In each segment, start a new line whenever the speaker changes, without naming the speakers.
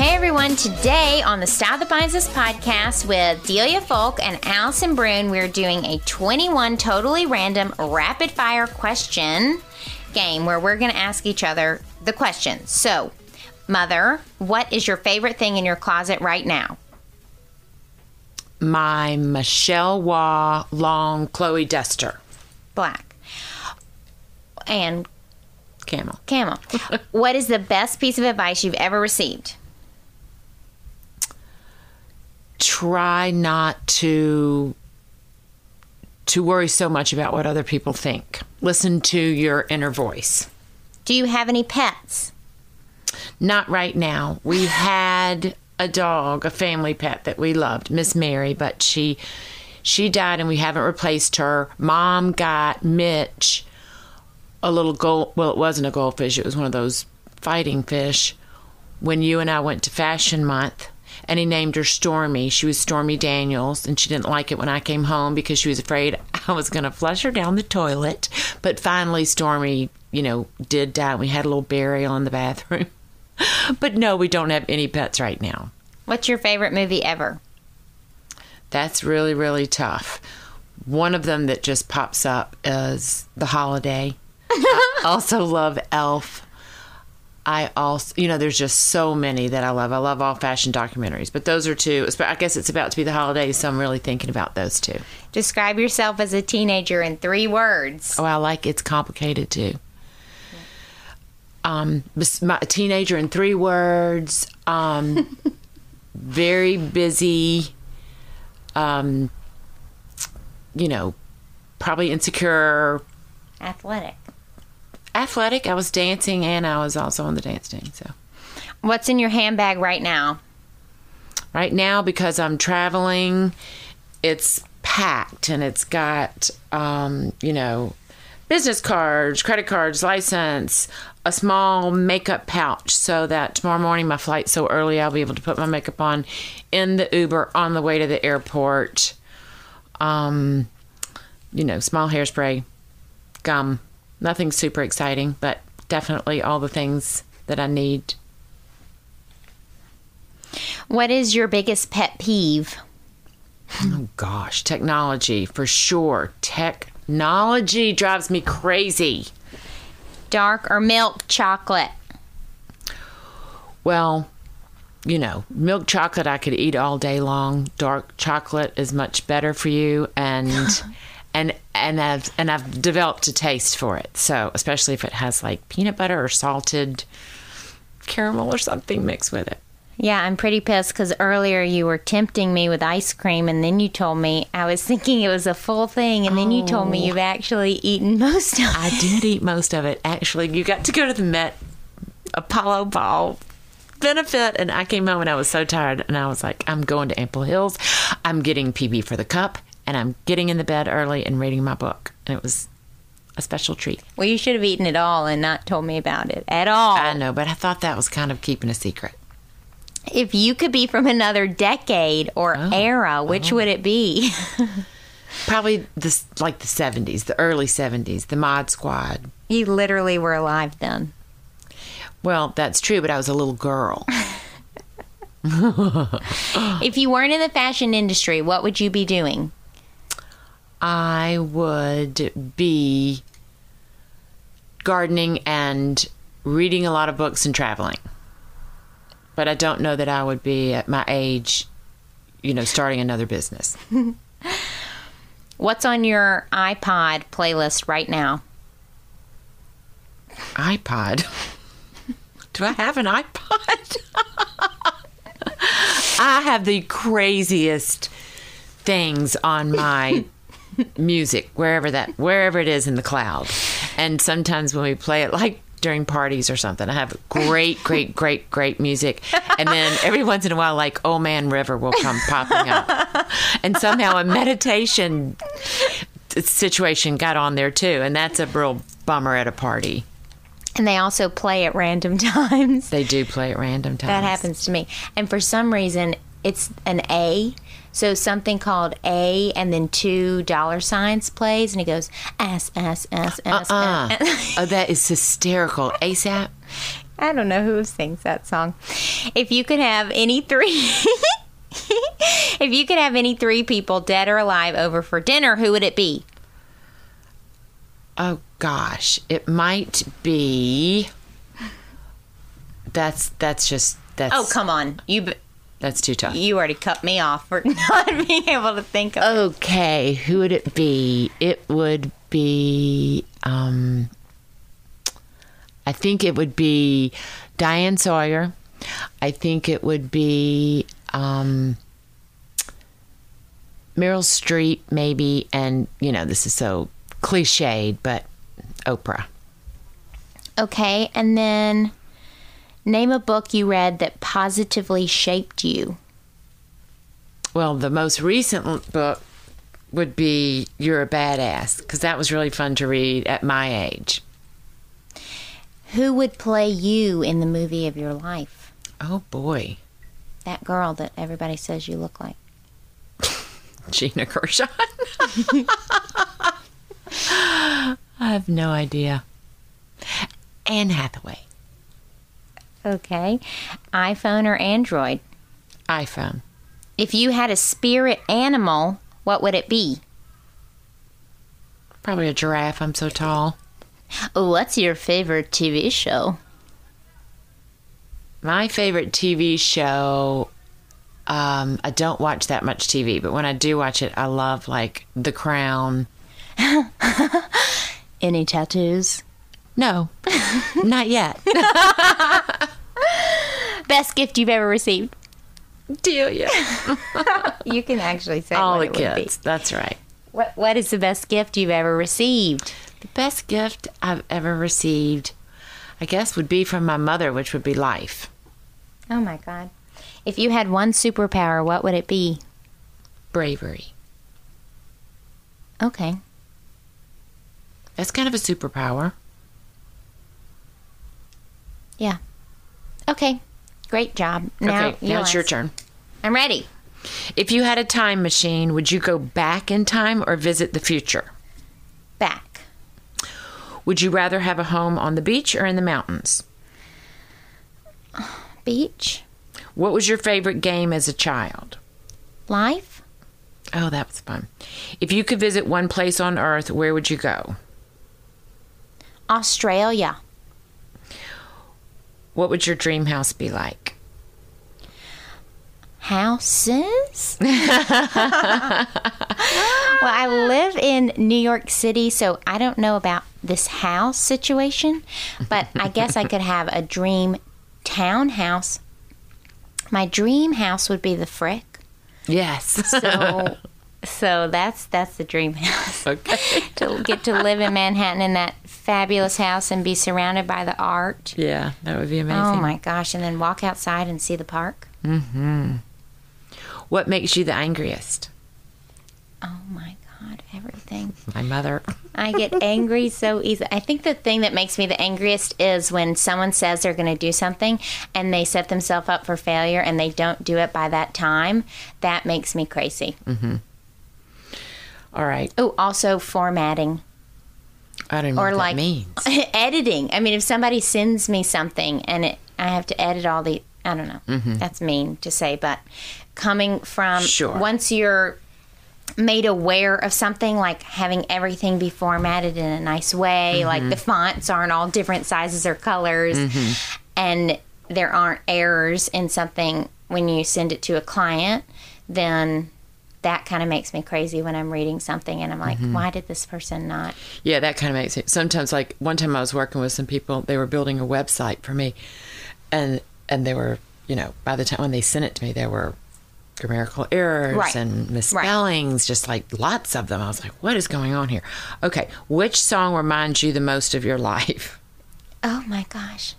everyone. Today on the Style That Binds Us podcast with Delia Folk and Allison Brune, we're doing a 21 totally random rapid fire question game where we're going to ask each other the question. So, Mother, what is your favorite thing in your closet right now?
my Michelle Waugh long Chloe Duster
Black. And
camel.
camel. what is the best piece of advice you've ever received?
Try not to to worry so much about what other people think. Listen to your inner voice.
Do you have any pets?
Not right now. We had a dog, a family pet that we loved, Miss Mary, but she she died and we haven't replaced her. Mom got Mitch a little gold well, it wasn't a goldfish, it was one of those fighting fish when you and I went to Fashion Month and he named her Stormy. She was Stormy Daniels and she didn't like it when I came home because she was afraid I was going to flush her down the toilet. But finally Stormy, you know, did die. We had a little burial in the bathroom. But no, we don't have any pets right now.
What's your favorite movie ever?
That's really, really tough. One of them that just pops up is The Holiday. I also love Elf. I also, you know, there's just so many that I love. I love all fashion documentaries, but those are two. I guess it's about to be the holidays, so I'm really thinking about those two.
Describe yourself as a teenager in three words.
Oh, I like it's complicated too. Um, bes- my a teenager in three words. Um, very busy. Um, you know, probably insecure.
Athletic.
Athletic. I was dancing and I was also on the dance team. So
What's in your handbag right now?
right now, because I'm traveling, it's packed and it's got, um, you know, business cards, credit cards, license, a small makeup pouch so that tomorrow morning my flight's so early I'll be able to put my makeup on in the Uber on the way to the airport. Um, you know, small hairspray, gum, nothing super exciting, but definitely all the things that I need.
What is your biggest pet peeve?
Oh gosh, technology for sure. Technology drives me crazy.
Dark or milk chocolate?
Well, you know, milk chocolate I could eat all day long. Dark chocolate is much better for you and and and I've and I've developed a taste for it. So, especially if it has like peanut butter or salted caramel or something mixed with it.
Yeah, I'm pretty pissed because earlier you were tempting me with ice cream, and then you told me I was thinking it was a full thing, and then you told me you've actually eaten most of it.
I did eat most of it. Actually, you got to go to the Met Apollo Ball benefit, and I came home and I was so tired, and I was like, I'm going to Ample Hills, I'm getting PB for the cup, and I'm getting in the bed early and reading my book, and it was a special treat.
Well, you should have eaten it all and not told me about it at all.
I know, but I thought that was kind of keeping a secret.
if you could be from another decade or era, which would it be?
Probably this like the 70s, the early 70s, the Mod Squad.
you literally were alive then.
Well, that's true, but I was a little girl.
If you weren't in the fashion industry, what would you be doing?
I would be gardening and reading a lot of books and traveling. But I don't know that I would be at my age, you know, starting another business.
What's on your iPod playlist right now?
iPod. Do I have an iPod? I have the craziest things on my music wherever that wherever it is in the cloud. And sometimes when we play it like during parties or something, I have great, great, great, great music. And then every once in a while like Oh Man River will come popping up. And somehow a meditation situation got on there too, and that's a real bummer at a party.
And they also play at random times.
They do play at random times.
That happens to me. And for some reason, it's an A. So something called A and then two dollar signs plays, and it goes S, S, S, S,
Uh,
S.
oh, that is hysterical. ASAP.
I don't know who sings that song. If you could have any three. if you could have any three people, dead or alive, over for dinner, who would it be?
Oh gosh, it might be. That's that's just that's
Oh, come on. You b-
that's too tough.
you already cut me off for not being able to think of
Okay, who would it be? It would be um I think it would be Diane Sawyer. I think it would be um Meryl Streep maybe and you know, this is so cliched, but Oprah.
Okay, and then name a book you read that positively shaped you.
Well, the most recent l- book would be You're a Badass because that was really fun to read at my age.
Who would play you in the movie of your life?
Oh boy,
That girl that everybody says you look like.
Gina Gershon. I have no idea. Anne Hathaway,
Okay. iPhone or Android?
iPhone.
If you had a spirit animal, what would it be?
Probably a giraffe. I'm so tall.
What's your favorite TV show?
My favorite TV show. Um, I don't watch that much TV, but when I do watch it, I love like The Crown.
Any tattoos?
No, not yet.
Best gift you've ever received?
Delia.
You can actually say
all
what it
the
would be.
kids. That's right.
What, what is the best gift you've ever received?
The best gift I've ever received, I guess, would be from my mother, which would be life.
Oh my God. If you had one superpower, what would it be?
Bravery.
Okay.
That's kind of a superpower.
Yeah. Okay. Great job. Now,
okay,
you
now it's your
ask.
turn.
I'm ready.
If you had a time machine, would you go back in time or visit the future?
Back.
Would you rather have a home on the beach or in the mountains?
Beach.
What was your favorite game as a child?
Life.
Oh, that was fun. If you could visit one place on earth, where would you go?
Australia.
What would your dream house be like?
Houses? well, I live in New York City, so I don't know about this house situation, but I guess I could have a dream townhouse. My dream house would be the Frick.
Yes.
So, so that's that's the dream house.
Okay.
to get to live in Manhattan in that fabulous house and be surrounded by the art.
yeah, that would be amazing.
Oh my gosh! And then walk outside and see the park.
What makes you the angriest?
Oh my god! Everything.
My mother.
I get angry so easy. I think the thing that makes me the angriest is when someone says they're going to do something and they set themselves up for failure and they don't do it by that time. That makes me crazy.
All right.
Oh, also formatting.
I don't know
Or
what
like-
that means.
editing. I mean, if somebody sends me something and it, I have to edit all the, I don't know. That's mean to say, but coming from
Sure.
once you're made aware of something, like having everything be formatted in a nice way, like the fonts aren't all different sizes or colors, and there aren't errors in something when you send it to a client, then. That kind of makes me crazy when I'm reading something and I'm like, why did this person not
Yeah, that kind of makes it. Sometimes, like one time, I was working with some people. They were building a website for me, and and they were, you know, by the time when they sent it to me, there were grammatical errors
Right.
and misspellings, just like lots of them. I was like, what is going on here? Okay, which song reminds you the most of your life?
Oh my gosh.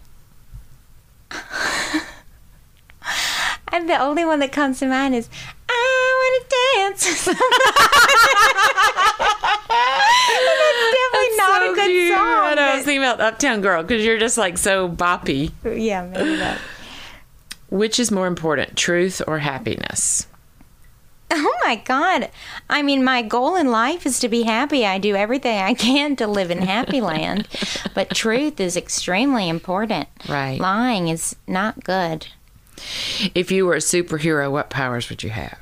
I'm the only one that comes to mind is I want to dance. That's definitely not a good
cute. I, know, I was
song.
thinking about Uptown Girl because you're just like so boppy.
but- yeah, maybe that.
Which is more important, truth or happiness?
Oh my God. I mean, my goal in life is to be happy. I do everything I can to live in happy land. But truth is extremely important.
Right.
Lying is not good.
If you were a superhero, what powers would you have?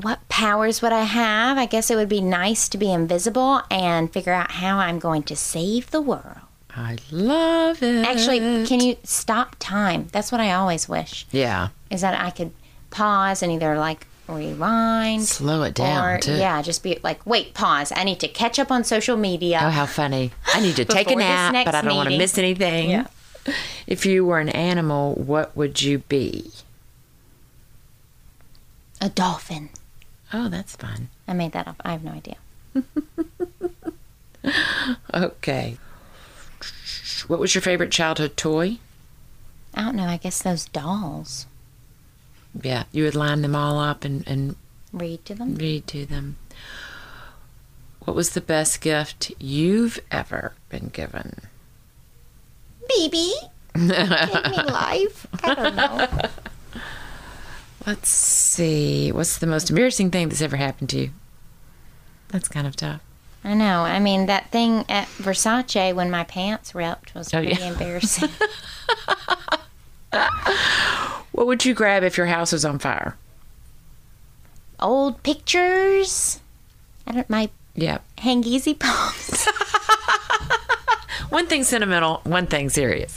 What powers would I have? I guess it would be nice to be invisible and figure out how I'm going to save the world.
I love it.
Actually, can you stop time? That's what I always wish.
Yeah.
Is that I could pause and either like rewind
Slow it down,
or
too.
yeah, just be like, wait, pause. I need to catch up on social media.
Oh, how funny. I need to take a
Before this
nap,
next
but I don't want to
meeting.
miss anything.
Yeah.
If you were an animal, what would you be?
A dolphin.
Oh, that's fun.
I made that up. I have no idea.
Okay. What was your favorite childhood toy?
I don't know. I guess those dolls
Yeah, you would line them all up and, and
read to them.
read to them. What was the best gift you've ever been given?
Baby, give me life. I don't know.
Let's see. What's the most embarrassing thing that's ever happened to you? That's kind of tough.
I know. I mean, that thing at Versace when my pants ripped was
Oh,
pretty
yeah.
embarrassing.
What would you grab if your house was on fire?
Old pictures. I don't. My
Yeah.
Hangeezy palms.
One thing sentimental, one thing serious.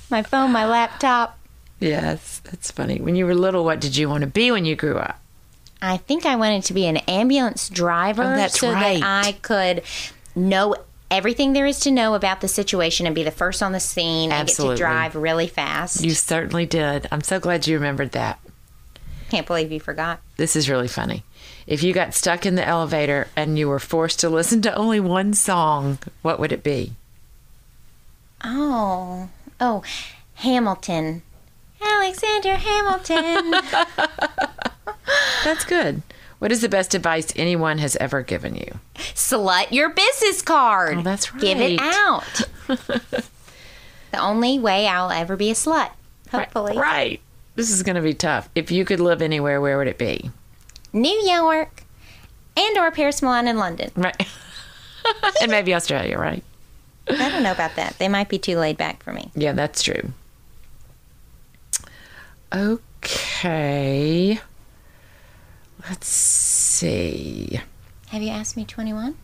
my phone. My laptop.
Yes, that's funny. When you were little, what did you want to be when you grew up?
I think I wanted to be an ambulance driver
Oh, that's
so
right.
that I could know everything there is to know about the situation and be the first on the scene
Absolutely.
and get to drive really fast.
You certainly did. I'm so glad you remembered that.
Can't believe you forgot.
This is really funny. If you got stuck in the elevator and you were forced to listen to only one song, what would it be?
Oh, oh, Hamilton. Alexander Hamilton.
That's good. What is the best advice anyone has ever given you?
Slut your business card.
Oh, that's
Give it
right.
out. the only way I'll ever be a slut, hopefully.
Right. This is going to be tough. If you could live anywhere, where would it be?
New York and or Paris, Milan, and London.
Right. and maybe Australia, right?
I don't know about that. They might be too laid back for me.
Yeah, that's true. Okay. Let's see.
Have you asked me 21?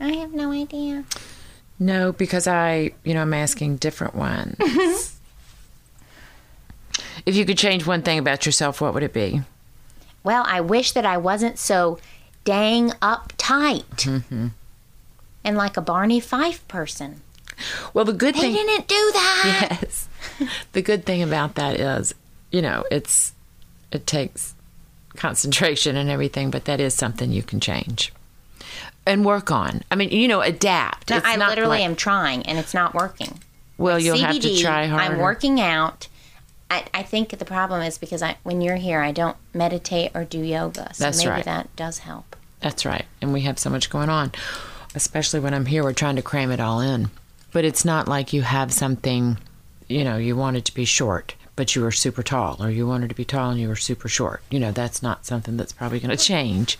I have no idea.
No, because I, you know, I'm asking different ones. if you could change one thing about yourself, what would it be?
Well, I wish that I wasn't so dang uptight
Mm-hmm.
and like a Barney Fife person.
Well, the good
They
thing
didn't do that.
yes. The good thing about that is, you know, it's it takes concentration and everything, but that is something you can change and work on. I mean, you know, adapt.
No,
It's
I
not
literally
like-
am trying and it's not working.
Well, you'll have to
CBD,
try harder.
I'm working out. I, I think the problem is because I, when you're here, I don't meditate or do yoga. So
That's
maybe
right.
that does help.
That's right. And we have so much going on, especially when I'm here. We're trying to cram it all in. But it's not like you have something, you know, you wanted to be short, but you were super tall, or you wanted to be tall and you were super short. You know, that's not something that's probably going to change.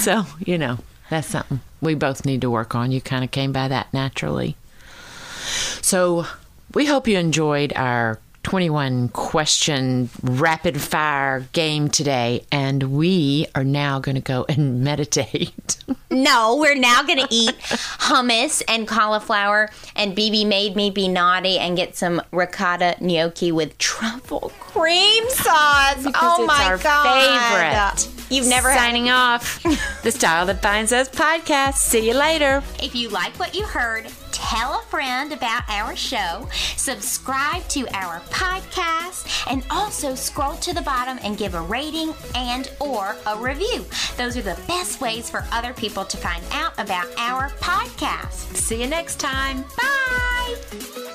so, you know, that's something we both need to work on. You kind of came by that naturally. So we hope you enjoyed our 21 question rapid fire game today. And we are now going to go and meditate.
No, we're now going to eat hummus and cauliflower. And BB made me be naughty and get some ricotta gnocchi with truffle cream sauce. oh
it's
my
our
god!
favorite.
You've never had.
Signing off the Style That Binds Us podcast. See you later.
If you like what you heard, tell a friend about our show. Subscribe to our podcast, and also scroll to the bottom and give a rating and or a review. Those are the best ways for other people to find out about our podcast.
See you next time.
Bye.